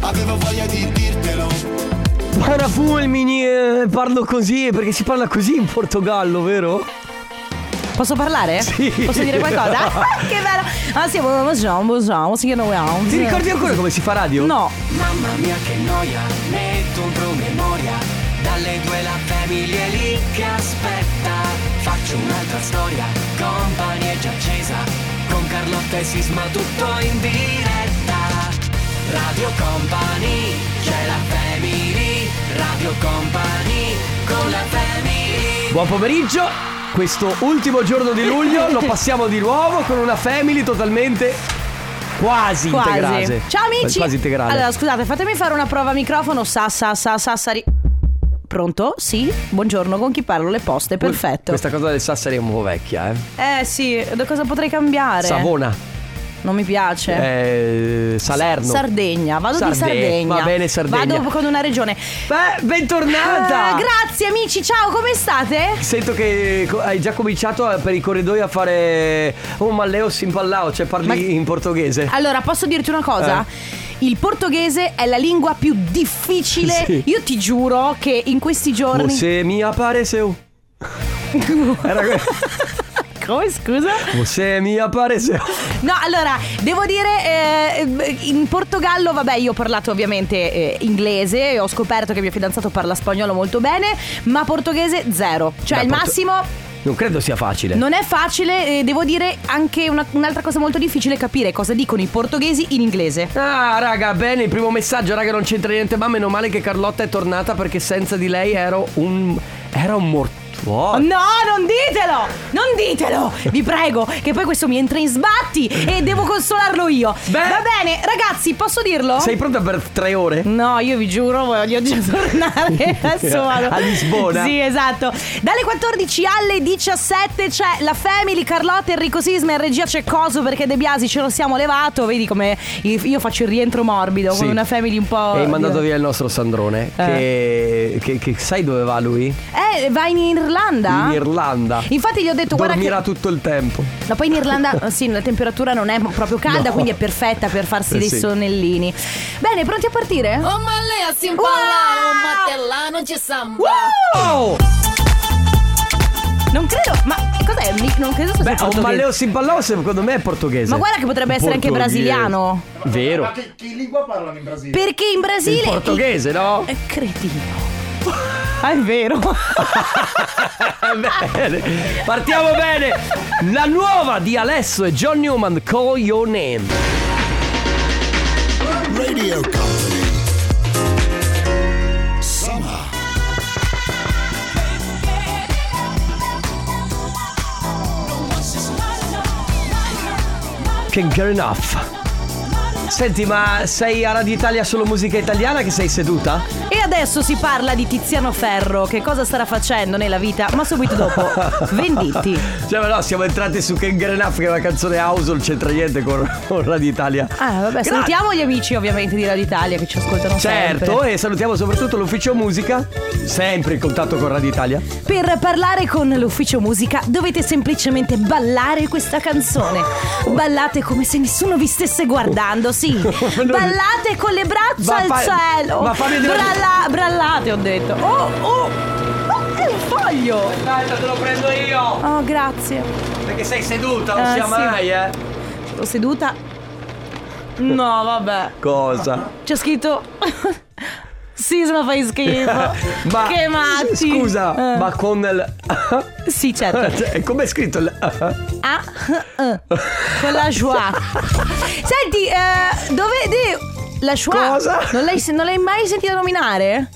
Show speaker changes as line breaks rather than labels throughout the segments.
Avevo voglia di dirtelo
Buona fulmini, eh, parlo così perché si parla così in Portogallo, vero?
Posso parlare?
Sì.
Posso dire qualcosa? Ah, che bello! Ah sì, buongiorno, buongiorno, si chiama Wow.
Ti ricordi ancora come si fa radio?
No.
Mamma mia che noia Metto un promemoria Dalle due la famiglia è lì che aspetta Faccio un'altra storia Company è già accesa Con Carlotta e Sisma tutto in diretta Radio Company C'è la family Radio Company Con la family
Buon pomeriggio. Questo ultimo giorno di luglio lo passiamo di nuovo con una family totalmente quasi, integrale.
Quasi. Ciao amici.
Quasi integrale.
Allora, scusate, fatemi fare una prova microfono. Sa, sa, sa, sa, sa, ri- Pronto? Sì. Buongiorno, con chi parlo? Le poste, perfetto.
Questa cosa del Sassari è un po' vecchia, eh.
Eh sì, da cosa potrei cambiare?
Savona,
Non mi piace.
eh, Salerno.
Sardegna, vado di
Sardegna.
Sardegna.
Va bene, Sardegna.
Vado con una regione.
Beh, bentornata.
Ah, grazie amici, ciao, come state?
Sento che co- hai già cominciato a- per i corridoi a fare Oh Malleo Simpallao, cioè parli in portoghese.
Allora, posso dirti una cosa?
Eh.
Il portoghese è la lingua più difficile.
Sì. Oh,
Io ti giuro che in questi giorni.
Você mi apareceu. Era que-
Come scusa?
Você mi apareceu.
No, allora, devo dire, eh, in Portogallo, vabbè, io ho parlato ovviamente eh, inglese e ho scoperto che mio fidanzato parla spagnolo molto bene, ma portoghese zero. Cioè,
Beh,
il
porto- Eh.
massimo
Non credo sia facile.
non è facile, eh, devo dire anche una- un'altra cosa molto difficile è capire cosa dicono i portoghesi in inglese.
Ah, raga, bene, il primo messaggio, raga, non c'entra niente, ma meno male che Carlotta è tornata perché senza di lei ero un era un mortuorio.
Oh, No, non ditelo! Non ditelo! Vi prego, che poi questo mi entra in sbatti e devo consolarlo io.
Beh.
Va bene, ragazzi, posso dirlo?
Sei pronta per tre ore?
No, io vi giuro, voglio già tornare adesso vado.
A Lisbona.
Sì, esatto. Dalle 14 alle 17 c'è la Family, Carlotta, Enrico Sisma e regia c'è Coso perché De Biasi ce lo siamo levato. Vedi come io faccio il rientro morbido
Sì.
con una Family un po'.
E hai mandato via il nostro Sandrone. Che, che- che sai dove va lui?
Eh, vai in Irlanda?
In Irlanda.
Infatti gli ho detto, guarda
Dormirà
che.
tutto il tempo.
No, poi in Irlanda sì, la temperatura non è proprio calda,
No.
quindi è perfetta per farsi
Eh,
dei
sì.
sonnellini. Bene, pronti a partire?
Ô maleia, se
Uau!
empalar, ô martelano de samba.
Oh!
Non credo, ma cos'è? Mi- Non credo sia
Beh, un
portoghese.
Malleo Simpallao secondo me è portoghese.
Ma guarda che potrebbe essere anche
Portoghese.
brasiliano.
Vero.
Perché in
Il
Brasile.
portoghese, no?
È cretino. Ah, è vero.
bene. Partiamo bene. La nuova di Alesso e John Newman, Call Your Name.
Radio Company. Summer.
Can't get enough. Senti, ma sei a Radio Italia solo musica italiana che sei seduta?
e adesso si parla di Tiziano Ferro. Che cosa starà facendo nella vita? Ma subito dopo, venditti.
Cioè, ma no, siamo entrati su Can't Get Enough, che è una canzone house, non c'entra niente con, con Radio Italia.
Ah, vabbè,
Grazie.
salutiamo gli amici ovviamente di Radio Italia che ci ascoltano sempre.
Certo, e salutiamo soprattutto l'ufficio musica, sempre in contatto con Radio Italia.
Per parlare con l'ufficio musica dovete semplicemente ballare questa canzone. Ballate come se nessuno vi stesse guardando, sì. Ballate con le braccia
Ma
al
fa-
cielo.
ma fammi vedere-
Bralla- brallate, ho detto. Oh, oh, oh, è un foglio.
Aspetta, te lo prendo io!
Oh, grazie.
Perché sei seduta, non
Eh,
sia
sì.
mai, eh!
Sono seduta. No, vabbè.
Cosa?
C'è scritto... Sisma fai schifo. che matti.
Scusa,
Eh,
ma con il.
Sì, certo.
Cioè, Com'è scritto il.
Ah, eh, eh. con la joie. Senti, eh, dove de- la joie?
Cosa?
Non l'hai, non l'hai mai sentita nominare?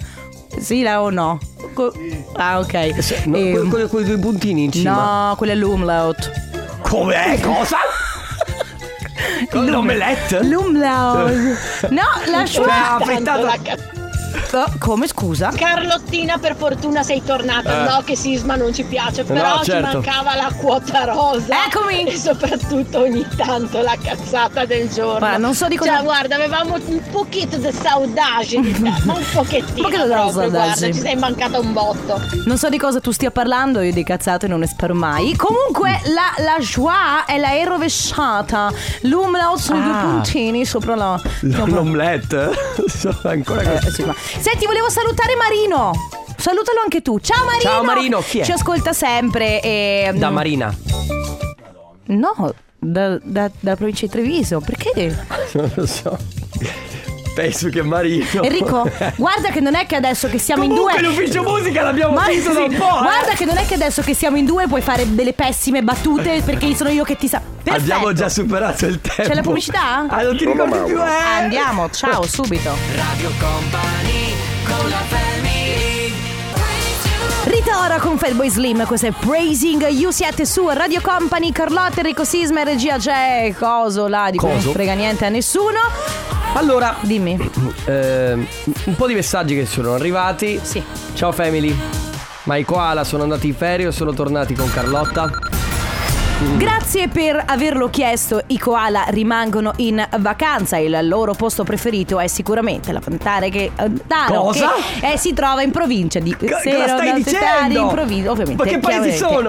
Sì, la o no? Co- ah, ok.
No,
Ehm,
que- que- quei due puntini in cima.
no, quella è l'umlaut.
Com'è? Cosa? L'omelette?
L'umlaut. No, la joie.
Cioè, ha frittato.
Eh, come scusa?
Carlottina per fortuna sei tornata
Eh.
No che Sisma non ci piace Però
certo.
ci mancava la quota rosa
Eccomi.
E soprattutto ogni tanto la cazzata del giorno
Guarda, non so di cosa-
Cioè guarda avevamo un pochino di saudage di te Ma un pochettino
Un pochino di
proprio,
saudade.
Guarda ci sei mancata un botto
Non so di cosa tu stia parlando, io di cazzate non ne spero mai. Comunque la, la joie è la è rovesciata. L'umlaut sono
Ah.
due puntini sopra la.
L- L'omelette? Sono ancora
Eh,
così.
sì, ma- Senti, volevo salutare Marino. Salutalo anche tu. Ciao Marino.
Ciao, Marino, chi è?
Ci ascolta sempre. E... mm,
Da Marina.
No, da- da- dalla provincia di Treviso. Perché?
Non lo so. Penso che Marino.
Enrico, guarda che non è che adesso che siamo
Comunque
in due.
l'ufficio musica l'abbiamo
Ma
finito da un
sì,
po'. eh.
guarda che non è che adesso che siamo in due puoi fare delle pessime battute perché sono io che ti sa. Perfetto.
Abbiamo già superato il tempo.
la pubblicità?
Ah, non ti ricordi più, eh?
Andiamo, ciao, subito.
Radio Company con la family.
Ritorno con Fatboy Slim, questo è Praising You siete su Radio Company, Carlotta, Enrico Sisma, regia c'è coso là di cui non
Coso?
frega niente a nessuno.
Allora,
Dimmi.
ehm, un po' di messaggi che sono arrivati.
Sì.
Ciao family. Ma i koala sono andati in ferie o sono tornati con Carlotta?
Grazie per averlo chiesto. I koala rimangono in vacanza. Il loro posto preferito è sicuramente la Fantare che eh, Taro,
Cosa?
che, eh, si trova in provincia di
cosa
Sero,
stai
da Setari,
dicendo?
in provincia, ovviamente.
Ma che paesi
chiaramente,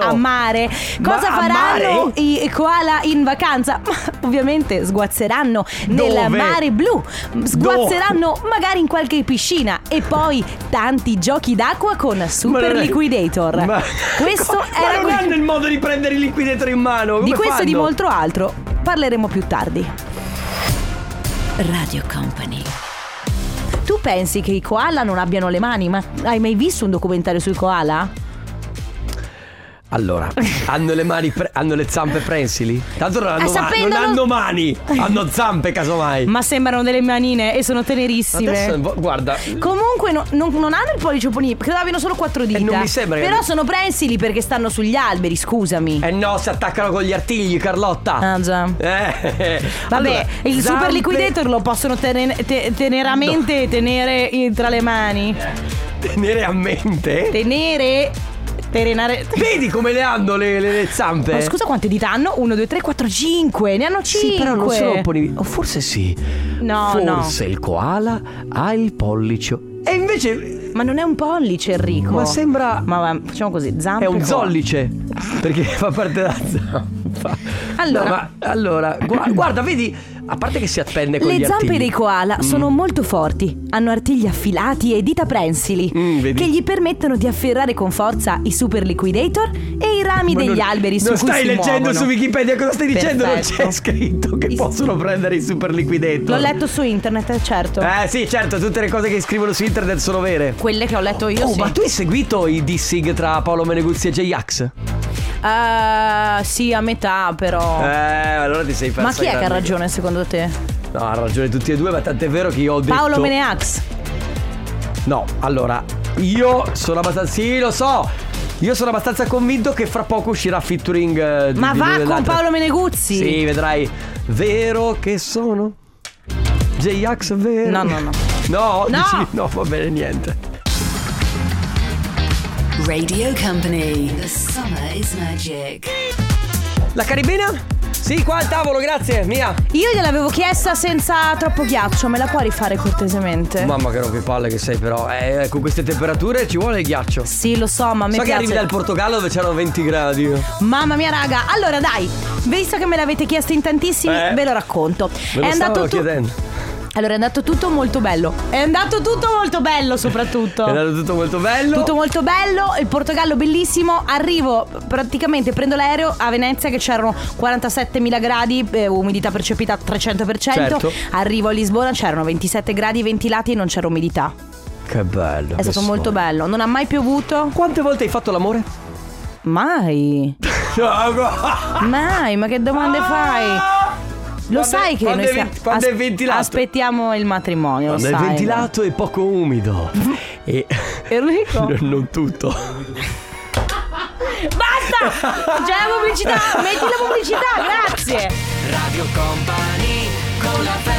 sono?
A mare.
Ma
Cosa
a
faranno
mare?
i koala in vacanza? Ma ovviamente sguazzeranno
Dove?
nel mare blu. Sguazzeranno magari in qualche piscina e poi tanti giochi d'acqua con Super
non è-
Liquidator.
Ma-
Questo
Ma
era
non
que-
hanno il modo di prendere il liquidator in mano.
di
come
questo e di
fanno?
molto altro parleremo più tardi. Radio Company. Tu pensi che i koala non abbiano le mani? Ma hai mai visto un documentario sui koala?
Allora, hanno le mani, pre- hanno le zampe prensili? Tanto non hanno,
Eh,
ma-
sapendolo-
non hanno mani, hanno zampe casomai.
Ma sembrano delle manine e sono tenerissime.
Adesso, vo- guarda, eh,
Comunque no- non, non hanno il pollice punito, credo abbiano solo quattro dita.
non mi sembra che-
Però sono prensili perché stanno sugli alberi, scusami.
eh no, si attaccano con gli artigli, Carlotta.
Ah già.
Eh,
Vabbè,
allora,
il super
zampe-
liquidator lo possono tenen- te- teneramente tenere eh, tra le mani.
Tenere a mente.
Tenere. Terenare.
Vedi come le hanno le, le- le zampe?
Ma scusa quante dita hanno? 1, 2, 3, 4, 5 Ne hanno 5
Sì, però non sono pollici. O forse sì.
No, no.
forse il koala ha il pollice. E invece
Ma non è un pollice Enrico
Ma sembra-
Ma va, facciamo così zampe
è un
qua.
zollice. Perché fa parte della zampa.
Allora.
No, ma- allora, gua- guarda, vedi. A parte che si appende con gli
Le zampe
artigli. Mm.
dei koala sono molto forti, hanno artigli affilati e dita prensili
Mm, vedi.
che gli permettono di afferrare con forza i super liquidator e i rami
Ma
degli
non-
alberi su
non
cui si
stai leggendo
muovono.
su Wikipedia cosa stai dicendo? Non c'è
Perfetto.
scritto che possono prendere i super liquidator.
L'ho letto su internet, eh, certo.
Eh sì, certo, tutte le cose che scrivono su internet sono vere.
Quelle che ho letto io
Oh,
sì.
ma tu hai seguito i dissing tra Paolo Meneguzzi e J-Ax?
Eh, sì, a metà però.
Eh, allora ti sei perso.
Oh. ma chi
ai
è che ha
grandi.
ragione secondo te?
No, ha ragione tutti e due, ma tant'è vero che io ho detto
Paolo Meneax.
No, allora, io sono abbastanza Sì, lo so. Io sono abbastanza convinto che fra poco uscirà featuring eh, di-
Ma
di
va
lui e
con
dell'altra.
Paolo Meneguzzi?
Sì, vedrai. Vero che sono J-Ax vero.
No, no, no.
No,
No.
dici no, va bene niente.
Radio Company. The summer is magic.
La caribina? Sì, qua al tavolo, grazie, mia.
Io gliel'avevo chiesta senza troppo ghiaccio, me la puoi rifare cortesemente?
Mamma che rompipalla che sei però eh, Con queste temperature ci vuole il ghiaccio So
Sì, lo so, ma a me
che
piace.
arrivi dal Portogallo dove c'erano 20 gradi
Mamma mia, raga. Allora, dai, visto che me l'avete chiesto in tantissimi,
Eh.
ve lo racconto.
Me lo stavano chiedendo
Allora, è andato tutto molto bello. È andato tutto molto bello, soprattutto.
È andato tutto molto bello
Tutto molto bello, il Portogallo bellissimo. Arrivo praticamente, prendo l'aereo a Venezia che c'erano 47.000 gradi, eh, umidità percepita 300%.
Certo.
Arrivo a Lisbona, c'erano 27 gradi ventilati e non c'era umidità.
Che bello
È stato molto bello, non ha mai piovuto?
Quante volte hai fatto l'amore?
Mai. Mai, ma che domande fai? Lo
Ah! Quando-
sai che
quando
noi
è
stia-
venti- quando è ventilato?
aspettiamo il matrimonio, lo
Quando è
sai.
ventilato e poco umido E
Enrico.
non tutto
Basta! C'è la pubblicità, metti la pubblicità, grazie.
Radio Company con la family.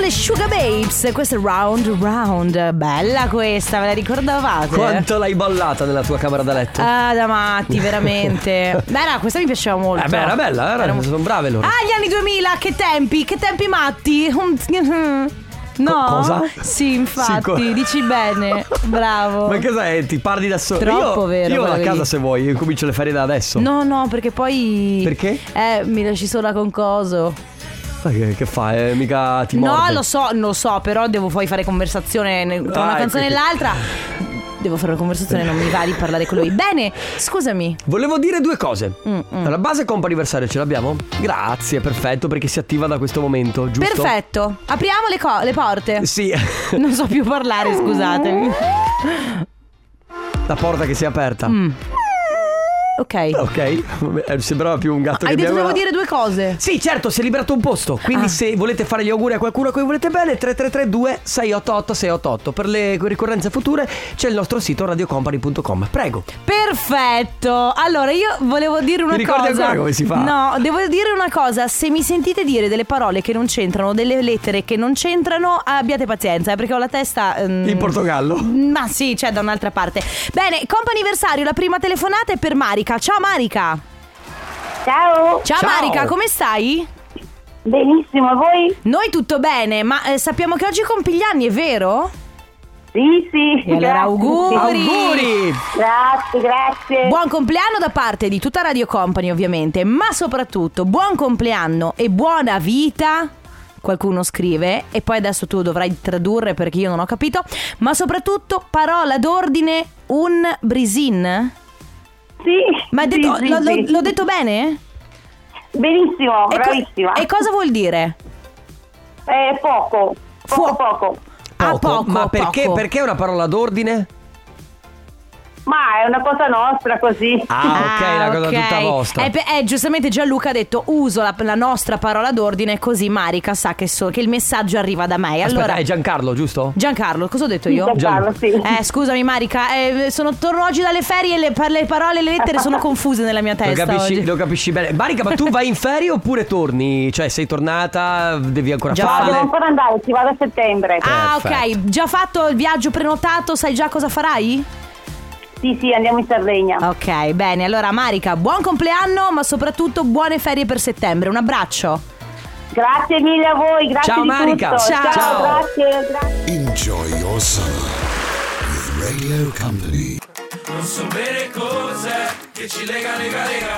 le Sugar Babes. Questa è Round Round. Bella questa, ve la ricordavate?
Quanto l'hai ballata nella tua camera da letto?
Ah, da matti, veramente. Beh, era, questa mi piaceva molto.
Eh beh, era bella, era-
mo-
sono brave loro.
Ah, gli anni 2000, che tempi, che tempi matti. Um, No?
Co- cosa?
Sì, infatti,
Sì, co-
dici bene. Bravo.
Ma che sai, ti parli da solo?
Troppo
io,
vero,
Io ho la
quello che
casa
dici.
se vuoi, io comincio le ferie da adesso.
No, no, perché poi.
Perché?
Eh, mi lasci sola con coso.
Ma Che, che fa? Eh, mica ti
No,
morde.
lo so, lo so, però devo poi fare conversazione nel- tra
Ah,
una
ecco
canzone
che-
e l'altra. Devo fare una conversazione, non mi va di parlare con lui. Bene, scusami.
Volevo dire due cose.
Mm, mm.
Alla base compa anniversario ce l'abbiamo? Grazie, perfetto, perché si attiva da questo momento, giusto?
Perfetto, apriamo le, co- le porte.
Sì,
Non so più parlare, scusatemi.
la porta che si è aperta.
Mm. Ok.
Ok, vabbè, eh, sembrava più un gatto
Hai
che
detto
piangeva.
devo dire due cose.
Sì, certo, si è liberato un posto. Quindi,
Ah.
se volete fare gli auguri a qualcuno a cui volete bene, 3332 688 688. Per le ricorrenze future c'è il nostro sito radiocompany.com. Prego.
Perfetto. Allora, io volevo dire una
Ti ricordi
cosa.
ancora come si fa?
No, devo dire una cosa. Se mi sentite dire delle parole che non c'entrano, delle lettere che non c'entrano, abbiate pazienza, eh, perché ho la testa. ehm,
In Portogallo.
Ma sì, c'è da un'altra parte. Bene, comp'anniversario, la prima telefonata è per Marica. Ciao Marica.
Ciao,
Ciao,
Ciao.
Marica, come stai?
benissimo, voi?
Noi tutto bene, ma eh, sappiamo che oggi compi gli anni, è vero?
Sì, sì.
E allora
grazie.
auguri.
Auguri!
Grazie, grazie.
Buon compleanno da parte di tutta Radio Company ovviamente, ma soprattutto buon compleanno e buona vita. Qualcuno scrive e poi adesso tu dovrai tradurre perché io non ho capito, ma soprattutto parola d'ordine un brisin.
sì.
Ma hai
sì,
detto-
sì,
l'ho, l'ho-
sì.
l'ho detto bene?
Benissimo,
E co-
bravissima.
e cosa vuol dire?
Eh, poco, poco,
Fuo-
poco.
Ah, poco,
Ma perché,
poco.
perché è una parola d'ordine?
Ma è una cosa nostra così.
Ah, ok, la cosa
ok.
tutta vostra.
Eh, pe- eh, giustamente Gianluca ha detto uso la, la nostra parola d'ordine così Marica sa che, so- che il messaggio arriva da me.
Aspetta,
Allora,
è Giancarlo, giusto?
Giancarlo, cosa ho detto io?
Giancarlo, sì.
Eh, scusami Marica, eh, sono, torno oggi dalle ferie e le, par- le parole e le lettere sono confuse nella mia
Lo
testa
capisci,
oggi.
lo capisci bene. Marica, ma tu vai in ferie oppure torni? Cioè, sei tornata, devi ancora
Già
Ah,
farle?
devo ancora andare, ci vado a settembre.
Ah,
Perfetto.
ok, già fatto il viaggio prenotato, sai già cosa farai?
Sì, sì, andiamo in Sardegna.
Ok, bene, allora Marica, buon compleanno, ma soprattutto buone ferie per settembre. Un abbraccio.
Grazie mille a voi, grazie
Ciao,
di
Marica.
tutto.
Ciao.
Ciao, grazie, grazie.
Enjoy your summer with Radio Company.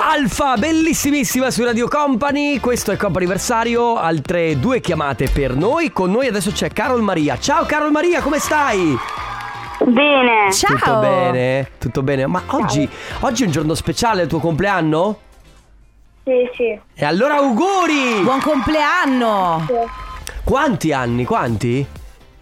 Alfa, bellissimissima su Radio Company. Questo è Coppa Anniversario. Altre due chiamate per noi. Con noi adesso c'è Carol Maria. Ciao, Carol Maria, come stai?
Bene.
Ciao.
Tutto bene? Tutto bene. Ma oggi, oggi è un giorno speciale, è il tuo compleanno?
Sì, sì.
E allora auguri!
Buon compleanno.
Quanti anni? Quanti?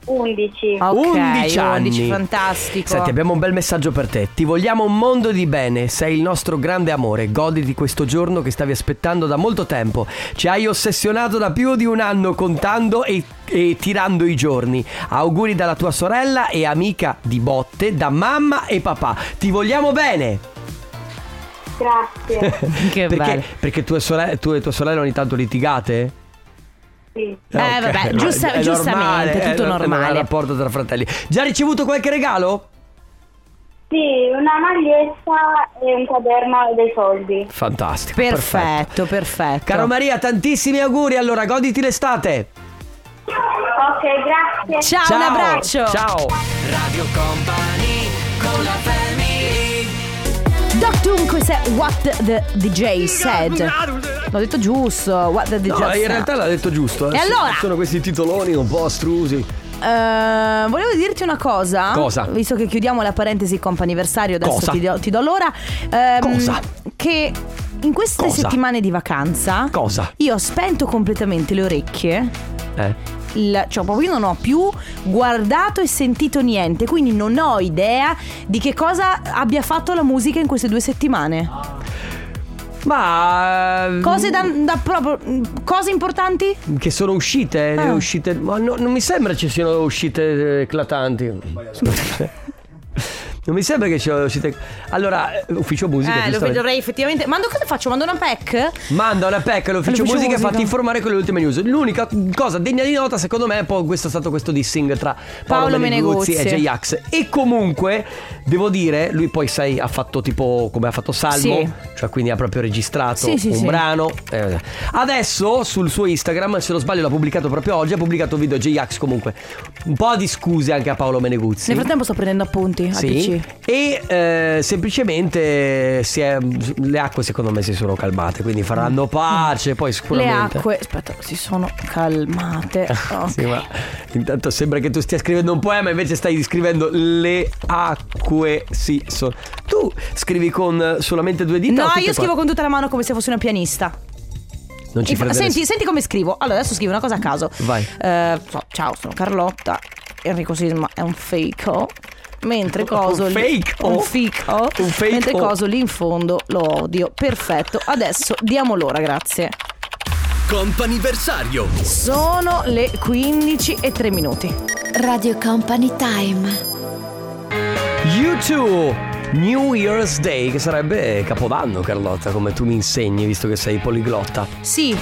11.
Ok,
11 anni.
11, fantastico.
Senti, abbiamo un bel messaggio per te. Ti vogliamo un mondo di bene, sei il nostro grande amore. Goditi questo giorno che stavi aspettando da molto tempo. Ci hai ossessionato da più di un anno contando e, e tirando i giorni. Auguri dalla tua sorella e amica di botte, da mamma e papà. Ti vogliamo bene!
Grazie.
che bello.
perché perché tua sore- tu e tua sorella ogni tanto litigate?
Sì.
Eh,
ok,
vabbè,
è
giusta-
normale,
giustamente,
è
tutto
nor-
normale.
È un rapporto tra fratelli. Già ricevuto qualche regalo?
Sì, una maglietta e un quaderno e dei soldi.
Fantastico.
Perfetto, perfetto.
Caro Maria, tantissimi auguri. Allora, goditi l'estate.
Ok, grazie.
Ciao, Ah, un abbraccio.
Ciao.
Doctor, questo è What the DJ said. L'ho detto giusto. What the DJ
No,
said.
in realtà l'ha detto giusto. eh.
E allora?
Sono questi titoloni un po' astrusi.
Eh, volevo dirti una cosa.
Cosa?
Visto che chiudiamo la parentesi anniversario, adesso
Cosa?
ti do, ti do l'ora. Ehm,
Cosa?
Che in queste
Cosa?
settimane di vacanza
Cosa?
io ho spento completamente le orecchie.
Eh.
Il- cioè, proprio io non ho più guardato e sentito niente, quindi non ho idea di che cosa abbia fatto la musica in queste due settimane.
Ma ehm,
Cose da, da proprio. mm, Cose importanti?
che sono uscite, le
Ah.
uscite, ma no- non mi sembra ci siano uscite eh, eclatanti. Non mi sembra che ci uscite. Allora, eh, ufficio musica.
eh, lo
giustamente.
dovrei effettivamente. Mando cosa faccio? Mando una pack?
Manda una pecca all'ufficio
All'ufficio
musica e
musica.
fatti informare con le ultime news. L'unica cosa degna di nota, secondo me, è poi questo è stato questo dissing tra Paolo,
Paolo
Meneguzzi, e
Meneguzzi.
J-Ax. E comunque, devo dire, lui poi, sai, ha fatto tipo come ha fatto Salmo,
Sì.
cioè quindi ha proprio registrato
Sì, sì,
un
sì.
brano. Eh, Adesso sul suo Instagram, se non sbaglio, l'ha pubblicato proprio oggi. Ha pubblicato un video a J-Ax. Comunque, un po' di scuse anche a Paolo Meneguzzi.
Nel frattempo sto prendendo appunti al
Sì,
PC.
e eh, semplicemente si è- le acque secondo me si sono calmate, quindi faranno pace, poi
Mm. Le
sicuramente...
acque, aspetta, si sono calmate. Ok.
Sì, ma intanto sembra che tu stia scrivendo un poema, invece stai scrivendo le acque si sono... Tu scrivi con solamente due dita? o
No,
tutte
io
e
scrivo
quattro?
con tutta la mano come se fossi una pianista.
Non ci
Infa-
crede
senti,
nessuno.
senti come scrivo. Allora, adesso scrivo una cosa a caso.
Vai.
Eh, so, ciao, sono Carlotta. Enrico Sisma è un fake. Mentre coso
Un
lì-
fake-o?
un fake-o.
Un fake-o.
Mentre coso lì in fondo lo odio. Perfetto. Adesso diamo l'ora, grazie.
Comp'anniversario
Sono le 15 e 3 minuti.
Radio Company Time.
YouTube! New Year's Day, che sarebbe Capodanno, Carlotta, come tu mi insegni, visto che sei poliglotta.
Sì,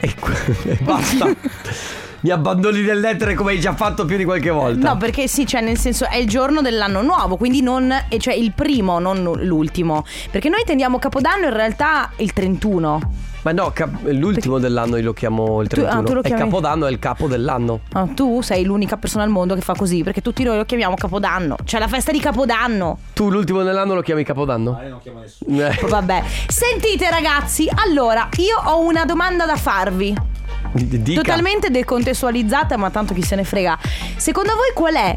E que- e basta. Mi abbandoni nel lettere come hai già fatto più di qualche volta.
No, perché sì, cioè nel senso è il giorno dell'anno nuovo, quindi non e cioè il primo, non l'ultimo, perché noi tendiamo Capodanno in realtà il 31.
Ma no, cap- l'ultimo dell'anno io lo chiamo il
Tu- ah,
31.
tu lo
è
chiami-
Capodanno, è il capo dell'anno.
Ah, tu sei l'unica persona al mondo che fa così, perché tutti noi lo chiamiamo Capodanno, cioè la festa di Capodanno.
Tu l'ultimo dell'anno lo chiami Capodanno? Ah, io non chiamo nessuno.
Vabbè. Sentite ragazzi, allora io ho una domanda da farvi.
Dica.
Totalmente decontestualizzata, ma tanto chi se ne frega. Secondo voi qual è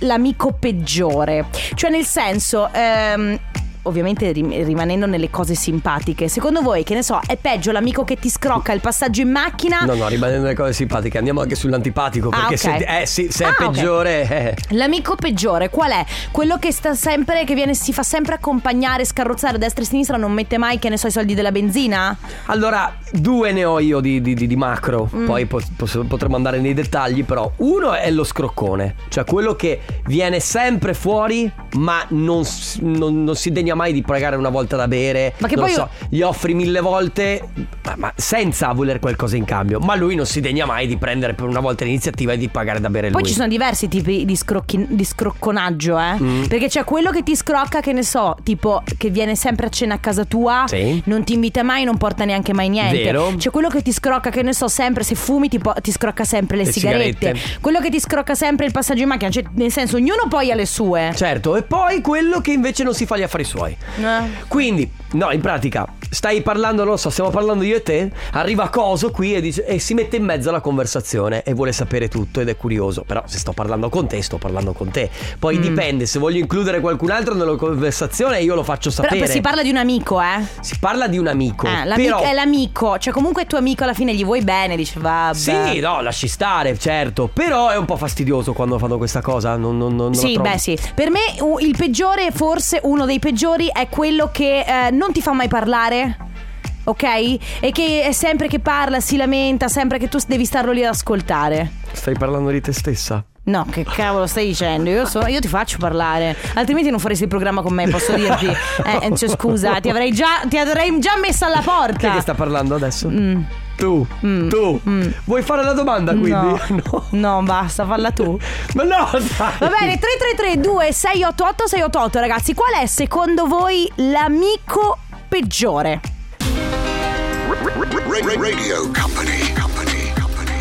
l'amico peggiore? Cioè, nel senso. ehm, Ovviamente rim- rimanendo nelle cose simpatiche, secondo voi che ne so, è peggio l'amico che ti scrocca il passaggio in macchina?
No, no, rimanendo nelle cose simpatiche, andiamo anche sull'antipatico.
Ah,
Perché
ok.
se, eh, sì, se è
Ah, ok.
peggiore. eh.
L'amico peggiore qual è? Quello che sta sempre, che viene, si fa sempre accompagnare, scarrozzare a destra e a sinistra, non mette mai, che ne so, i soldi della benzina?
Allora, due ne ho io di, di- di- di macro.
Mm.
Poi po- posso- potremmo andare nei dettagli. Però, uno è lo scroccone, cioè quello che viene sempre fuori, ma non, s- non- non si degna mai di pagare una volta da bere.
Ma che
non
poi-
so, gli offri mille volte, ma, ma senza voler qualcosa in cambio. Ma lui non si degna mai di prendere per una volta l'iniziativa e di pagare da bere
Poi
lui.
ci sono diversi tipi di, scrocchi- di scrocconaggio, eh.
Mm.
Perché c'è quello che ti scrocca, che ne so, tipo che viene sempre a cena a casa tua,
Sì.
non ti invita mai, non porta neanche mai niente.
Vero.
C'è quello che ti scrocca, che ne so, sempre se fumi ti, po- ti scrocca sempre le,
Le
sigarette.
sigarette.
Quello che ti scrocca sempre il passaggio in macchina, cioè nel senso ognuno poi ha le sue.
Certo, e poi quello che invece non si fa gli affari suoi.
Eh.
Quindi, no, in pratica, stai parlando, non lo so, stiamo parlando io e te, arriva Coso qui e, dice- e si mette in mezzo alla conversazione e vuole sapere tutto ed è curioso, però se sto parlando con te, sto parlando con te. Poi
Mm.
dipende, se voglio includere qualcun altro nella conversazione io lo faccio
Però
sapere.
si parla di un amico, eh.
Si parla di un amico.
Eh, l'amico
però...
è l'amico, cioè comunque il tuo amico alla fine gli vuoi bene, dice vabbè.
Sì, no, lasci stare, certo. Però è un po' fastidioso quando fanno questa cosa. Non, non, non- non
Sì,
la trovo.
beh, sì. Per me u- il peggiore, forse uno dei peggiori, è quello che eh, non ti fa mai parlare. Ok? E che è sempre che parla, si lamenta, sempre che tu devi starlo lì ad ascoltare.
Stai parlando di te stessa.
No, che cavolo stai dicendo? Io, so- io ti faccio parlare, altrimenti non faresti il programma con me, posso dirti. Eh, cioè, scusa, ti avrei già, ti avrei già Mm. messa alla porta.
Chi è che sta parlando adesso? Tu, tu. Vuoi fare la domanda quindi?
No. no, basta, falla tu.
Ma no, dai.
Va bene, 3332 688 688 ragazzi, qual è secondo voi l'amico peggiore?
Ra- Radio Company. Company. Company.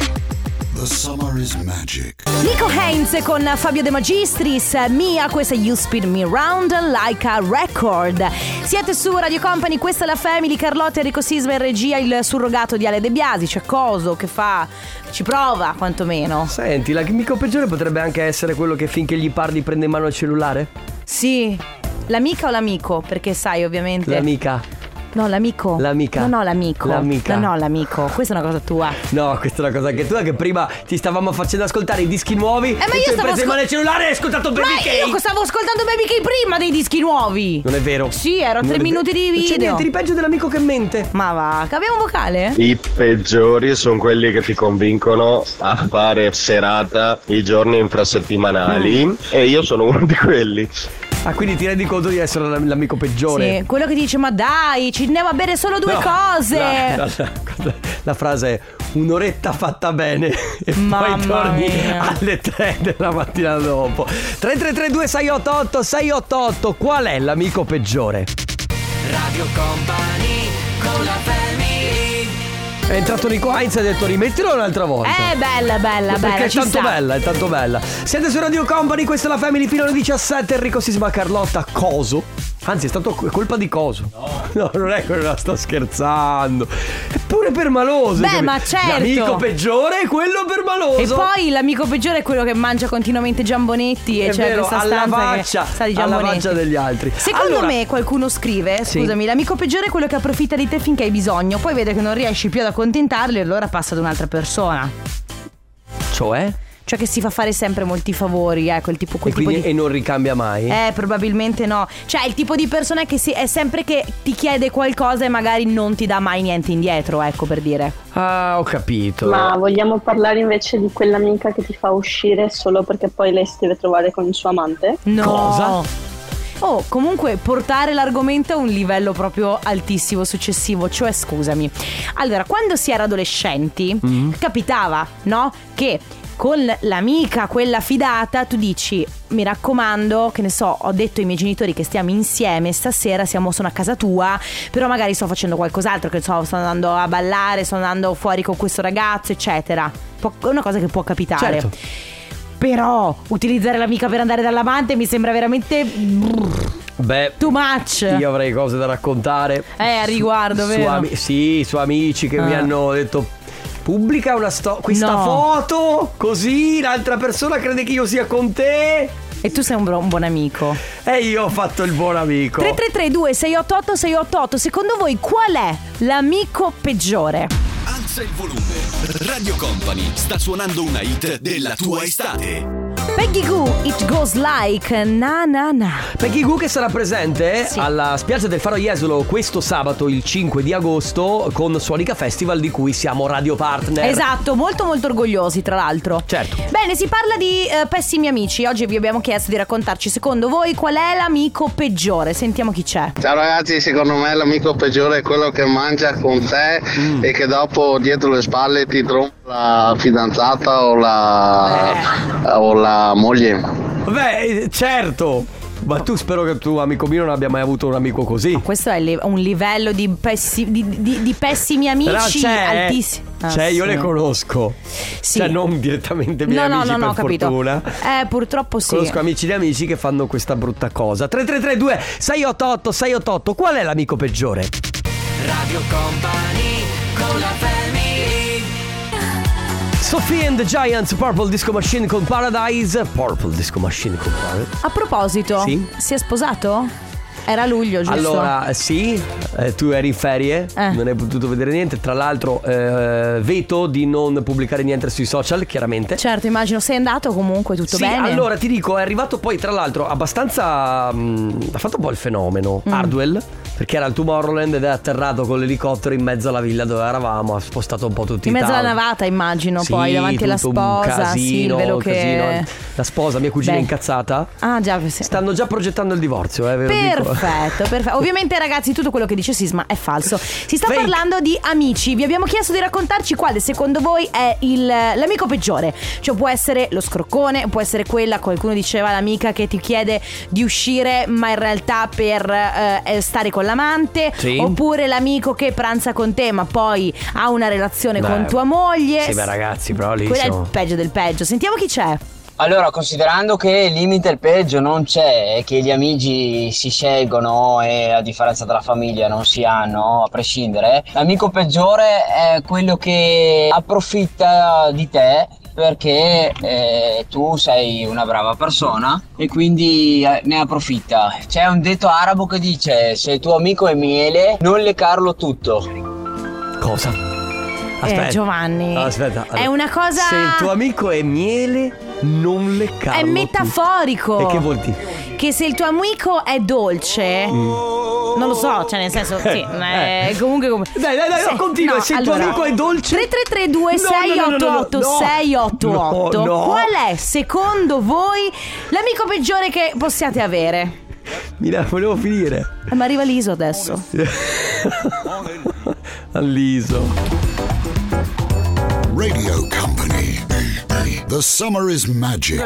The summer is magic.
Nico Heinz con Fabio De Magistris, Mia, questa è You Spin Me Round Like a Record. Siete su Radio Company, questa è la Family, Carlotta, Enrico Sisma in regia, il surrogato di Ale De Biasi, c'è Coso che fa, ci prova quantomeno.
Senti, l'amico peggiore potrebbe anche essere quello che finché gli parli prende in mano il cellulare?
Sì, l'amica o l'amico? Perché sai ovviamente...
L'amica.
No, l'amico.
L'amica.
No, no, l'amico.
L'amica.
No, no, l'amico. Questa è una cosa tua.
No, questa è una cosa che tu, che prima ti stavamo facendo ascoltare i dischi nuovi.
Eh,
e
ma io
tu hai
stavo
preso in
ascol-
mano il cellulare e hai ascoltato Baby
Ma
K.
io stavo ascoltando Baby K prima dei dischi nuovi.
Non è vero.
Sì, ero a
Non
tre
è ve-
minuti di
Non c'è
video.
niente di peggio dell'amico che mente.
Ma va, abbiamo un vocale?
I peggiori sono quelli che ti convincono a fare serata i giorni infrasettimanali e io sono uno di quelli.
Ah, quindi ti rendi conto di essere l'am- l'amico peggiore.
Sì, quello che dice, ma dai, ci andiamo a bere solo due
No,
cose.
La, la- la- la frase è un'oretta fatta bene e
Mamma
poi torni
mia.
alle 3 della mattina dopo. 3332 688 688 qual è l'amico peggiore? Radio Company con la È entrato Nico Heinz e ha detto rimettilo un'altra volta.
Eh, bella, bella, bella.
Perché
ci
è tanto
sta.
bella, è tanto bella. Siete su Radio Company, questa è la Family fino alle 17. Enrico Sisma Carlotta Coso. Anzi, è stato co- colpa di Coso. No, non è quello, sto scherzando. Eppure per Maloso.
Beh,
capito?
ma certo.
L'amico peggiore è quello per Maloso.
E poi l'amico peggiore è quello che mangia continuamente giambonetti e
È
c'è
vero,
questa
alla
stanza
faccia,
che sa di
alla
giambonetti.
faccia degli altri.
Secondo
Allora-
me qualcuno scrive,
Sì.
scusami, l'amico peggiore è quello che approfitta di te finché hai bisogno, poi vede che non riesci più ad accontentarli e allora passa ad un'altra persona.
Cioè?
Cioè che si fa fare sempre molti favori, ecco, il tipo
E,
quel tipo
quindi,
di
e non ricambia mai?
eh, probabilmente no. Cioè, il tipo di persona che si- è sempre che ti chiede qualcosa e magari non ti dà mai niente indietro, ecco per dire.
Ah, ho capito.
Ma vogliamo parlare invece di quell'amica che ti fa uscire solo perché poi lei si deve trovare con il suo amante?
No.
Cosa?
Oh, comunque portare l'argomento a un livello proprio altissimo successivo, cioè scusami. Allora, quando si era adolescenti,
Mm-hmm.
capitava, no? Che con l'amica, quella fidata, tu dici, mi raccomando, che ne so, ho detto ai miei genitori che stiamo insieme, stasera siamo, sono a casa tua, però magari sto facendo qualcos'altro, che ne so, sto andando a ballare, sto andando fuori con questo ragazzo, eccetera. Può- È una cosa che può capitare.
Certo.
Però utilizzare l'amica per andare dall'amante mi sembra veramente brr,
Beh,
too much.
Io avrei cose da raccontare.
Eh, a riguardo,
Su- su
vero?
ami- sì, su amici che mi
Ah.
hanno detto. Pubblica una sto- questa
No.
foto così l'altra persona crede che io sia con te
E tu sei un, bro- un buon amico.
e io ho fatto il buon amico.
3332 688 688 Secondo voi qual è l'amico peggiore?
Alza il volume. Radio Company sta suonando una hit della tua estate.
Peggy Goo, It Goes Like Na Na Na.
Peggy Goo che sarà presente
Sì.
alla spiaggia del Faro Jesolo questo sabato il 5 di agosto con Suonica Festival di cui siamo radio partner.
Esatto, molto molto orgogliosi tra l'altro.
Certo.
Bene, si parla di eh, pessimi amici. Oggi vi abbiamo chiesto di raccontarci secondo voi qual è l'amico peggiore. Sentiamo chi c'è.
Ciao ragazzi, secondo me l'amico peggiore è quello che mangia con te e che dopo dietro le spalle ti tromba la fidanzata o la, o la moglie.
Beh, eh, certo. Ma tu spero che tu amico mio non abbia mai avuto un amico così.
Questo è li- un livello di, pessi- di- di- di pessimi
Però
amici
c'è, eh.
altissimi. Ah,
C'è, io
sì.
le conosco.
Sì.
Cioè, non direttamente miei
No, no,
amici,
no, no, ho
per
capito.
fortuna.
Eh, purtroppo sì.
Conosco amici di amici che fanno questa brutta cosa. 3332 688 688, qual è l'amico peggiore? Radio Company con la Sophie and the Giants, Purple Disco Machine con Paradise. Purple Disco Machine con Paradise.
A proposito,
Sì.
si è sposato? Era luglio, giusto?
Allora, sì, eh, tu eri in ferie,
Eh.
non hai potuto vedere niente. Tra l'altro, eh, veto di non pubblicare niente sui social, chiaramente.
Certo, immagino sei andato comunque tutto
sì,
bene.
allora ti dico, è arrivato poi tra l'altro abbastanza... mh, ha fatto un po' il fenomeno,
Mm.
Hardwell, perché era al Tomorrowland ed è atterrato con l'elicottero in mezzo alla villa dove eravamo, ha spostato un po' tutti
In
i
mezzo alla
tavoli.
navata, immagino,
Sì,
poi davanti alla
tutto un
sposa, sì, il
casino,
velo
un
che
casino. La sposa, mia cugina
Beh.
incazzata.
Ah, già, sì.
Stanno già progettando il divorzio, eh, ve lo dico.
Perfetto, perfetto. Ovviamente ragazzi tutto quello che dice Sisma è falso. Si sta
Fake.
parlando di amici. Vi abbiamo chiesto di raccontarci quale secondo voi è il- l'amico peggiore. Cioè può essere lo scroccone, può essere quella, qualcuno diceva l'amica che ti chiede di uscire ma in realtà per eh, stare con l'amante.
Sì.
Oppure l'amico che pranza con te ma poi ha una relazione
Beh,
con tua moglie.
sì, beh, ragazzi, però lì
Quello è il
siamo-
peggio del peggio. Sentiamo chi c'è.
Allora, considerando che il limite al peggio non c'è, e che gli amici si scelgono e a differenza della famiglia non si hanno, a prescindere, l'amico peggiore è quello che approfitta di te perché eh, tu sei una brava persona e quindi eh, ne approfitta. C'è un detto arabo che dice se il tuo amico è miele non lecarlo tutto.
Cosa?
Eh, Giovanni,
Aspetta.
è una cosa-
Se il tuo amico è miele, non leccarlo.
È
tutto.
metaforico.
E che vuol dire?
Che se il tuo amico è dolce. Non lo so, cioè nel senso, sì,
Mm. Eh.
eh, comunque come...
Dai, dai, dai, no,
Se-
continua, se il tuo amico è dolce-
3332 688 688.
No, no, no, no.
Qual è, secondo voi, l'amico peggiore che possiate avere?
Mi la volevo finire.
Eh, Ma arriva l'ISO adesso.
All'iso.
Radio Company. The summer is magic.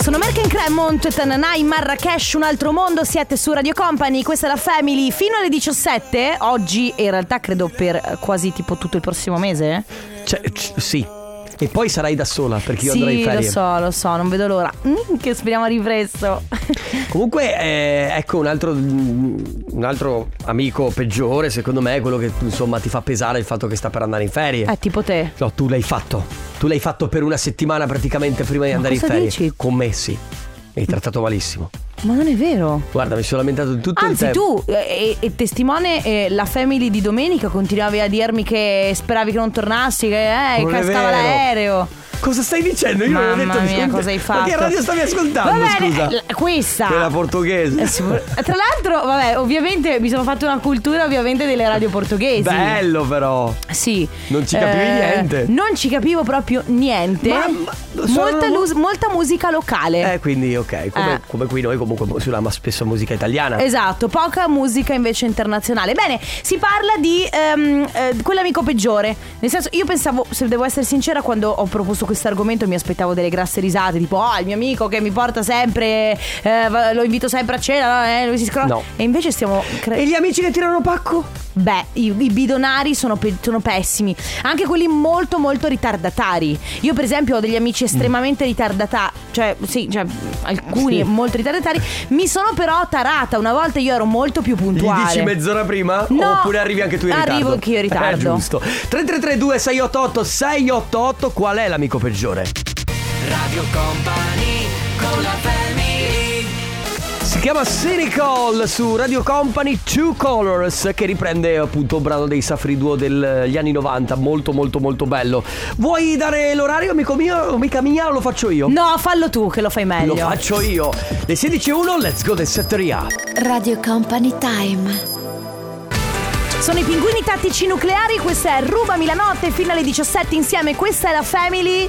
Sono Merken Cremont, Tananai, Marrakesh, un altro mondo, siete su Radio Company, questa è la Family, fino alle 17, oggi e in realtà credo per eh, quasi tipo tutto il prossimo mese. eh,
Cioè, c- sì. E poi sarai da sola perché io andrò in
sì, lo
ferie.
so, lo so, non vedo l'ora. Mm, che speriamo arrivi presto.
Comunque, eh, ecco un altro, un altro amico peggiore, secondo me, è quello che insomma ti fa pesare il fatto che sta per andare in ferie.
Eh, tipo te.
No, tu l'hai fatto. Tu l'hai fatto per una settimana praticamente prima di andare in
cosa
ferie.
dici?
Con me sì. Mi hai trattato malissimo.
Ma non è vero.
Guarda, mi sono lamentato di tutto
Anzi,
il tempo.
tu, eh, e, e testimone, eh, la family di domenica continuavi a dirmi che speravi che non tornassi, che eh,
Non è vero.
cascava l'aereo.
Cosa stai dicendo? Io non ho
Mamma
detto
mia,
niente.
cosa hai fatto?
Ma che radio stavi ascoltando?
Va bene,
scusa.
eh, l- questa.
Quella portoghese.
Eh, sicur- Tra l'altro, vabbè, ovviamente mi sono fatta una cultura ovviamente delle radio portoghesi.
Bello però.
Sì. Eh,
Non ci capivi niente.
Non ci capivo proprio niente.
Ma- ma- sono-
molta, lus- molta musica locale.
Eh, quindi ok, come,
Eh.
come qui noi comunque suoniamo spesso musica italiana.
Esatto, poca musica invece internazionale. Bene, si parla di ehm, eh, quell'amico peggiore. Nel senso, io pensavo, se devo essere sincera, quando ho proposto questo argomento mi aspettavo delle grasse risate, tipo, oh, il mio amico che mi porta sempre, eh, va- lo invito sempre a cena, eh, lui si scrolla.
No.
E invece stiamo... cre-
E gli amici che tirano pacco?
Beh, i, i bidonari sono, pe- sono pessimi, anche quelli molto molto ritardatari. Io per esempio ho degli amici
Mm.
estremamente ritardatari, cioè sì, cioè, alcuni
Sì.
molto ritardatari, mi sono però tarata, una volta io ero molto più
Gli
puntuale.
dici mezz'ora prima?
No,
Oppure arrivi anche tu in ritardo?
Arrivo anch'io in
Eh,
ritardo.
giusto. 3332 688 688 qual è l'amico peggiore?
Radio Company con la family.
Si chiama City Call su Radio Company Two Colors che riprende appunto un brano dei Safri Duo degli anni 90, molto molto molto bello. Vuoi dare l'orario amico mio, amica mia o lo faccio io?
No, fallo tu che lo fai meglio.
Lo faccio io. Le 16.01, let's go del Setteria.
Radio Company Time.
Sono i pinguini tattici nucleari, questa è Rubami la notte fino alle 17 insieme, questa è la Family.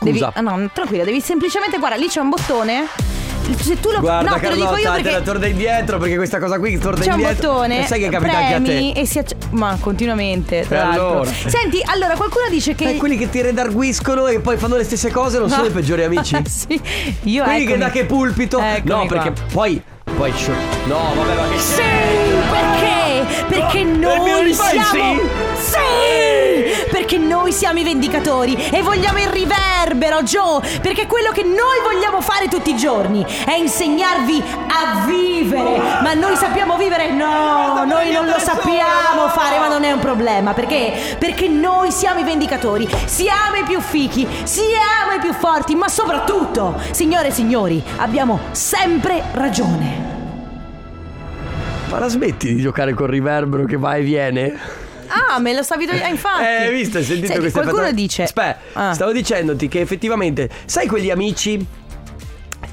Devi,
Scusa.
ah, no, tranquilla, devi semplicemente, guarda, lì c'è un bottone. Se tu lo
Guarda
no, te lo
Carlotta,
dico io perché
te la torna indietro perché questa cosa qui torna
C'è un
indietro.
bottone,
Sai che capita
premi
anche a te.
e si acc- Ma continuamente, tra
E
l'altro.
allora?
Senti, allora qualcuno dice che.
Eh, quelli che ti redarguiscono e poi fanno le stesse cose non sono i peggiori amici?
sì, io
Quelli che
eccomi.
da che pulpito? no,
Eccomi qua.
perché poi. Poi ci- No, vabbè, ma che
Sì, perché?
Oh,
Perché
e mi
noi
rifai il
siamo. Sì! Perché noi siamo i vendicatori e vogliamo il riverbero, Joe! Perché quello che noi vogliamo fare tutti i giorni è insegnarvi a vivere! Ma noi sappiamo vivere? No, noi non lo sappiamo fare, ma non è un problema. Perché? Perché noi siamo i vendicatori, siamo i più fichi, siamo i più forti, ma soprattutto, signore e signori, abbiamo sempre ragione.
Ma la smetti di giocare col riverbero che va e viene?
Ah, me lo stavi togliendo, infatti.
Eh, hai visto, hai sentito
Senti,
questa
Qualcuno
fatale-
dice.
Aspetta,
Ah.
stavo dicendoti che effettivamente, sai quegli amici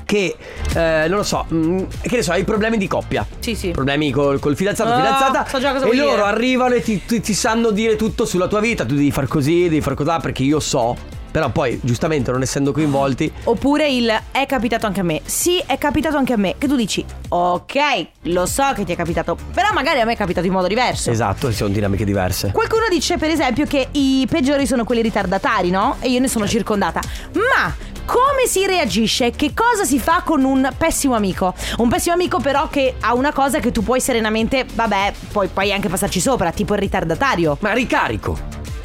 che, eh, non lo so, mm, che ne so, hai problemi di coppia.
Sì, sì.
Problemi col, col fidanzato,
Ah,
fidanzata.
so già cosa
e
vuoi
loro
dire.
arrivano e ti, ti- ti sanno dire tutto sulla tua vita. Tu devi far così, devi far così, perché io so. Però poi, giustamente, non essendo coinvolti,
Ah, Oppure il è capitato anche a me. Sì, è capitato anche a me. Che tu dici, ok, lo so che ti è capitato, però magari a me è capitato in modo diverso.
esatto, sono dinamiche diverse.
Qualcuno dice, per esempio, che i peggiori sono quelli ritardatari, no? E io ne sono circondata. Ma come si reagisce? Che cosa si fa con un pessimo amico? Un pessimo amico, però, che ha una cosa che tu puoi serenamente, vabbè, poi puoi anche passarci sopra, tipo il ritardatario.
Ma ricarico.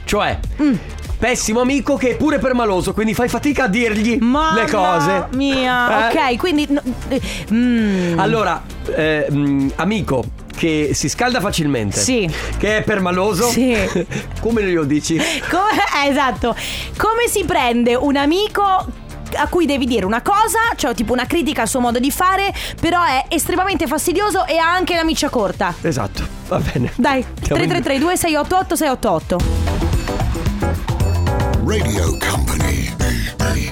Cioè,
Mm.
pessimo amico che è pure permaloso, quindi fai fatica a dirgli
Mamma
le cose.
mia,
Eh?
ok, quindi. no, eh, mm,
Allora, eh, mh, amico che si scalda facilmente.
Sì.
Che è permaloso.
Sì.
Come glielo dici?
Co- eh, esatto. Come si prende un amico a cui devi dire una cosa, cioè tipo una critica al suo modo di fare, però è estremamente fastidioso e ha anche la miccia corta.
Esatto, va bene.
Dai,
Siamo in-
3332 688 688.
Radio Company.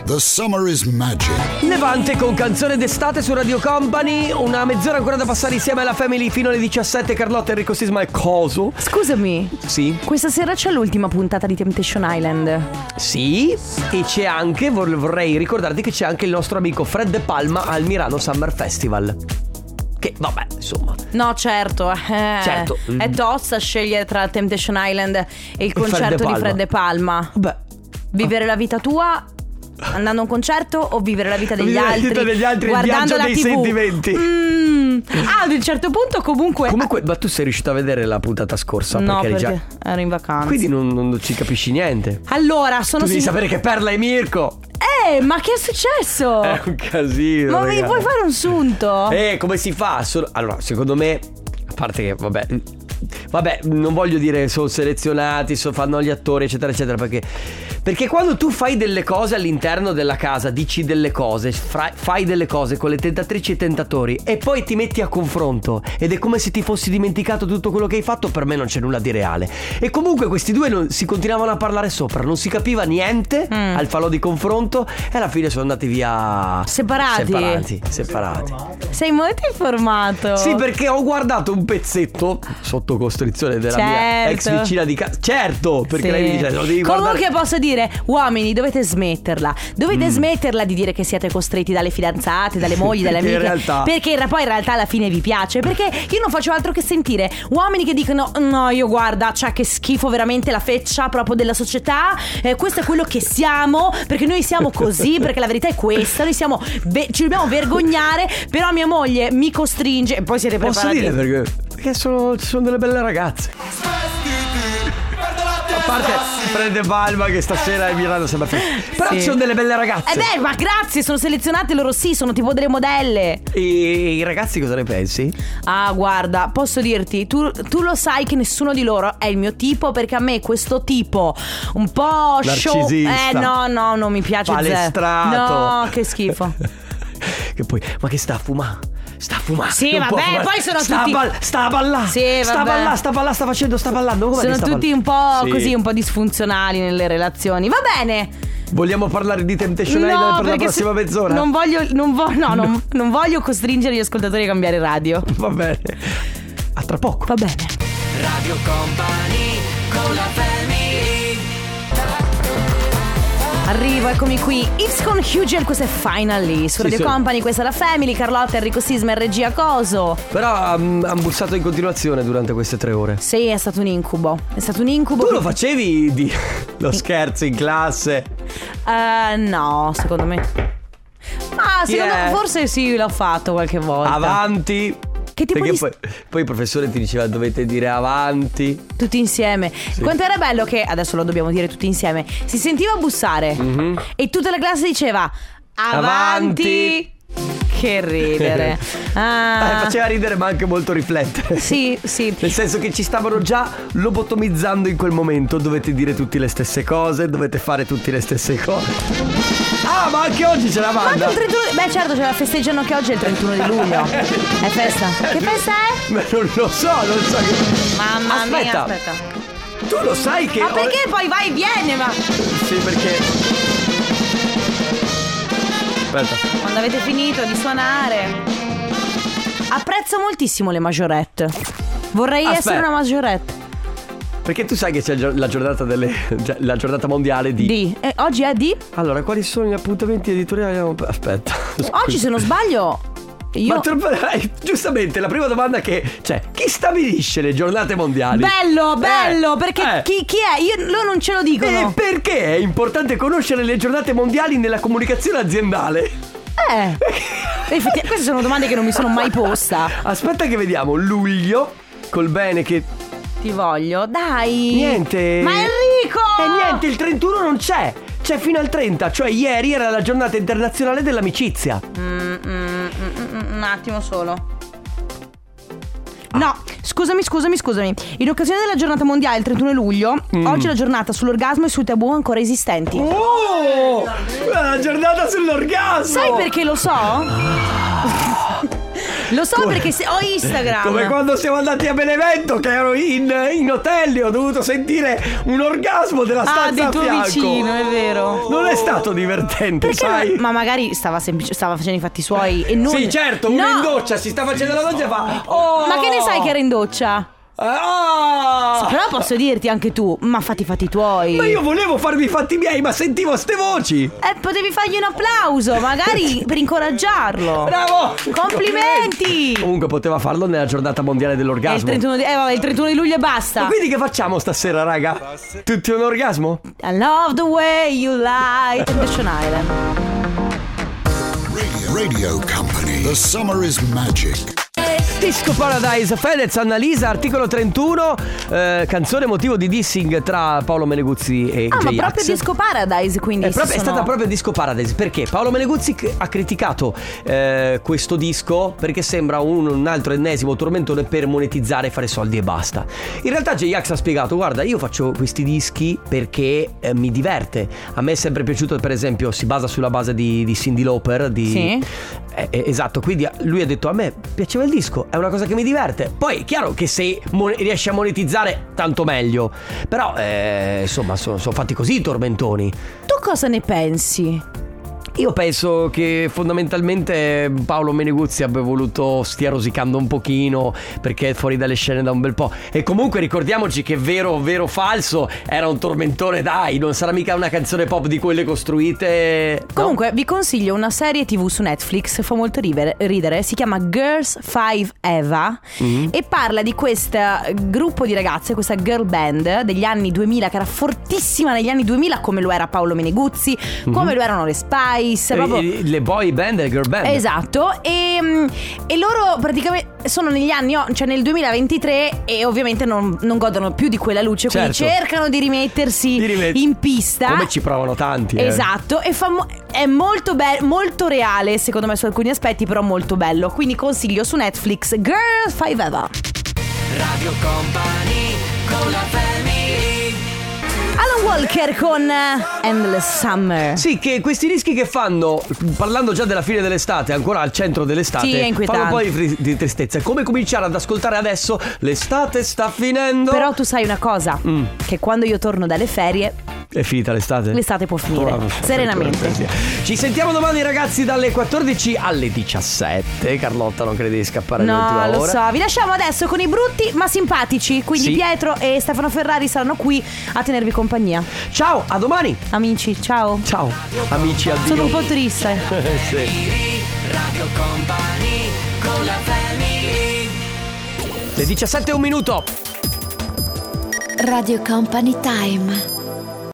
The summer is magic.
Levante con canzone d'estate su Radio Company. Una mezz'ora ancora da passare insieme alla family fino alle 17. Carlotta, Enrico Sisma e Coso.
Scusami,
Sì.
questa sera c'è l'ultima puntata di Temptation Island.
Sì. E c'è anche, vor- vorrei ricordarti che c'è anche il nostro amico Fred De Palma al Milano Summer Festival. Che vabbè, insomma.
No, certo. eh.
Certo.
È tosta scegliere tra Temptation Island e il
Fred De
concerto di
Palma.
Fred De Palma.
Vabbè.
Vivere la vita tua andando a un concerto o vivere la vita degli
Vivere la
altri?
vita degli altri, il
guardando
viaggio
la
dei
TV.
sentimenti.
Mm. Ah, ad un certo punto comunque...
Comunque, ma tu sei riuscito a vedere la puntata scorsa?
no,
perché eri
perché
già-
ero in vacanza.
Quindi non, non ci capisci niente.
Allora, sono...
tu devi
sin-
sapere che Perla è Mirko.
Eh, ma che è successo?
È un casino.
ma mi
ragazzi.
vuoi fare un sunto?
Eh, come si fa? Solo- Allora, secondo me, a parte che, vabbè, vabbè, non voglio dire sono selezionati, so- fanno gli attori, eccetera, eccetera, perché, perché quando tu fai delle cose all'interno della casa, dici delle cose, fra- fai delle cose con le tentatrici e i tentatori e poi ti metti a confronto ed è come se ti fossi dimenticato tutto quello che hai fatto, per me non c'è nulla di reale. E comunque questi due non- si continuavano a parlare sopra, non si capiva niente
Mm.
al falò di confronto e alla fine sono andati via
Separati.
separati, separati.
Sei molto informato.
Sì, perché ho guardato un pezzetto sotto costrizione della mia
Certo.
ex vicina di casa. Certo, perché
Sì.
lei mi dice, "Lo devi
Comunque
guardare. Mm.
posso dire, uomini, dovete smetterla. Dovete smetterla di dire che siete costretti dalle fidanzate, dalle mogli, dalle
Perché
amiche.
in realtà-
Perché in- poi in realtà alla fine vi piace. Perché io non faccio altro che sentire uomini che dicono: No, io guarda, cioè che schifo veramente la feccia proprio della società. eh, questo è quello che siamo. Perché noi siamo così, perché la verità è questa. Noi siamo. ve- ci dobbiamo vergognare. Però mia moglie mi costringe. E poi siete
Posso
preparati.
dire perché? Perché sono, ci sono delle belle ragazze. A parte prende Palma che stasera è Milano sembra più. Però
Sì.
ci sono delle belle ragazze.
Eh beh, ma grazie, sono selezionate loro sì, sono tipo delle modelle.
E i ragazzi cosa ne pensi?
Ah, guarda, posso dirti, tu, tu lo sai che nessuno di loro è il mio tipo perché a me questo tipo un po' show...
Narcisista.
Eh no, no, non mi piace zero.
Palestrato.
No, che schifo.
che poi, ma che sta a fumare? Sta a fumare.
Sì,
non può
vabbè,
fumare.
poi sono
sta
tutti-
A ball- sta a ballare.
Sì,
sta a
vabbè.
ballare, sta a ballare, sta facendo, sta ballando. Com'è che
sono
sta
tutti un po'
ballando? Sì.
così, un po' disfunzionali nelle relazioni. Va bene.
Vogliamo parlare di Temptation Island per la
perché se-
prossima mezz'ora?
Non voglio, non vo- no, non- non voglio costringere gli ascoltatori a cambiare radio.
Va bene. A tra poco.
Va bene.
Radio Company con la family
Arrivo, eccomi qui. It's con Hugel, questo è Finally. Su Radio
sì.
Company, questa è la Family, Carlotta, Enrico Sisma e regia Coso.
Però hanno bussato in continuazione durante queste tre ore.
Sì, è stato un incubo. È stato un incubo.
Tu lo facevi di lo scherzo in classe?
Eh, no, secondo me. Ma
Chi
secondo
è?
me forse sì, l'ho fatto qualche volta.
Avanti.
Che tipo
Perché
di-
poi, poi il professore ti diceva dovete dire avanti.
Tutti insieme. Quanto era bello che, adesso lo dobbiamo dire tutti insieme, si sentiva bussare
Mhm.
e tutta la classe diceva
Avanti.
avanti. Che ridere. Ah.
Eh, faceva ridere ma anche molto riflettere.
Sì, sì.
Nel senso che ci stavano già lobotomizzando in quel momento, dovete dire tutte le stesse cose, dovete fare tutte le stesse cose. Ah, ma anche oggi c'è la
Ma anche
banda!
il 31 di- Beh certo ce la festeggiano che oggi è il 31 di luglio È festa Che festa è?
Ma non lo so, non so che...
Mamma
Aspetta.
mia aspetta
Tu lo sai che...
Ma perché poi vai e viene ma
Sì, perché... Aspetta.
Quando avete finito di suonare Apprezzo moltissimo le majorette Vorrei
Aspetta.
essere una majorette
Perché tu sai che c'è gio- la giornata delle... cioè, la giornata mondiale di...
Di E oggi è di
Allora, quali sono gli appuntamenti editoriali? Aspetta.
Oggi se non sbaglio Io
Ma tro- eh, giustamente la prima domanda che cioè chi stabilisce le giornate mondiali?
Bello, bello,
Eh,
perché
eh.
chi, chi è? Io, loro non ce lo
E
dicono.
perché è importante conoscere le giornate mondiali nella comunicazione aziendale?
Eh. Effetti- queste sono domande che non mi sono mai posta.
Aspetta che vediamo luglio col bene che
Ti voglio, dai.
niente.
Ma Enrico!
E niente, il 31 non c'è. C'è fino al 30, cioè ieri era la giornata internazionale dell'amicizia.
Mm, mm, mm, mm, un attimo solo. No, Scusami, scusami, scusami. In occasione della giornata mondiale, il 31 luglio,
Mm.
oggi è la giornata sull'orgasmo e sui tabù ancora esistenti.
Oh! La giornata sull'orgasmo!
Sai perché lo so? lo so perché se- ho Instagram.
Come quando siamo andati a Benevento, che ero in, in hotel e ho dovuto sentire un orgasmo della
Ah,
stanza
del
a
tuo
fianco.
vicino, è vero.
Non è stato divertente,
Perché
sai?
non- ma magari stava, semplice- stava facendo i fatti suoi e non...
Sì, certo, uno
No!
in doccia si sta facendo la doccia e fa. Oh! Eh,
Ma che ne sai che era in doccia?
Ah!
Però posso dirti anche tu, ma fatti i fatti tuoi.
Ma io volevo farmi i fatti miei, ma sentivo ste voci.
Eh, potevi fargli un applauso, magari per incoraggiarlo.
Bravo!
Complimenti!
Comunque poteva farlo nella giornata mondiale
È il
dell'orgasmo.
31 di, eh, vabbè, il 31 di luglio e basta.
Ma Quindi che facciamo stasera, raga? Tutti un orgasmo?
I love the way you lie.
Eh,
Temptation Island.
Radio Company. The summer is magic.
Disco Paradise, Fedez, Annalisa, articolo 31, eh, canzone motivo di dissing tra Paolo Meneguzzi e
Ah, ma
J-Ax.
proprio Disco Paradise, quindi.
È, Eh, proprio-
si
è
sono-
stata proprio Disco Paradise perché Paolo Meneguzzi c- ha criticato eh, questo disco perché sembra un, un altro ennesimo tormentone per monetizzare, fare soldi e basta. In realtà J-Ax ha spiegato: Guarda, io faccio questi dischi perché eh, mi diverte. A me è sempre piaciuto, per esempio, si basa sulla base di, di Cindy Lauper. Di...
Sì.
Eh, eh, esatto, quindi a- lui ha detto: A me piaceva il disco, è una cosa che mi diverte. Poi è chiaro che se mon- riesci a monetizzare, tanto meglio. Però, eh, insomma, sono fatti così i tormentoni.
Tu cosa ne pensi?
Io penso che fondamentalmente Paolo Meneguzzi abbia voluto stia rosicando un pochino perché è fuori dalle scene da un bel po'. E comunque ricordiamoci che vero, vero, falso era un tormentone, dai, non sarà mica una canzone pop di quelle costruite. no?
Comunque, vi consiglio una serie TV su Netflix, fa molto rive- ridere, si chiama Girls 5 Eva
Mm-hmm.
e parla di questo gruppo di ragazze, questa girl band degli anni 2000 che era fortissima negli anni 2000 come lo era Paolo Meneguzzi,
Mm-hmm.
come lo erano le Spice,
Eh,
cioè, proprio
eh, Le boy band e le girl band.
Esatto, e, mm, e loro praticamente sono negli anni, o- cioè nel 2023 e ovviamente non, non godono più di quella luce, quindi
Certo.
cercano di rimettersi
Di rimet-
in pista.
Come ci provano tanti. eh.
Esatto, e fa mo- è molto bello, molto reale secondo me su alcuni aspetti, però molto bello. Quindi consiglio su Netflix Girl 5 Eva.
Radio Company con la family.
Alan Walker con eh, Endless Summer.
Sì, che questi rischi che fanno, parlando già della fine dell'estate, ancora al centro dell'estate,
Sì, è
fanno un
inquietante.
po' di, fri- di tristezza. È come cominciare ad ascoltare adesso l'estate sta finendo.
Però tu sai una cosa,
Mm.
che quando io torno dalle ferie
È finita l'estate?
l'estate può finire
Ah,
serenamente.
Ci sentiamo domani ragazzi dalle 14 alle 17. Carlotta non crede di scappare
No,
all'ultima
lo
ora.
so, vi lasciamo adesso con i brutti ma simpatici, quindi
Sì.
Pietro e Stefano Ferrari saranno qui a tenervi compagnia.
Ciao, a domani.
Amici, ciao.
Ciao amici, addio.
Sono un po' triste.
Sì.
Radio Company con la family.
Le 17 e un minuto.
Radio Company Time.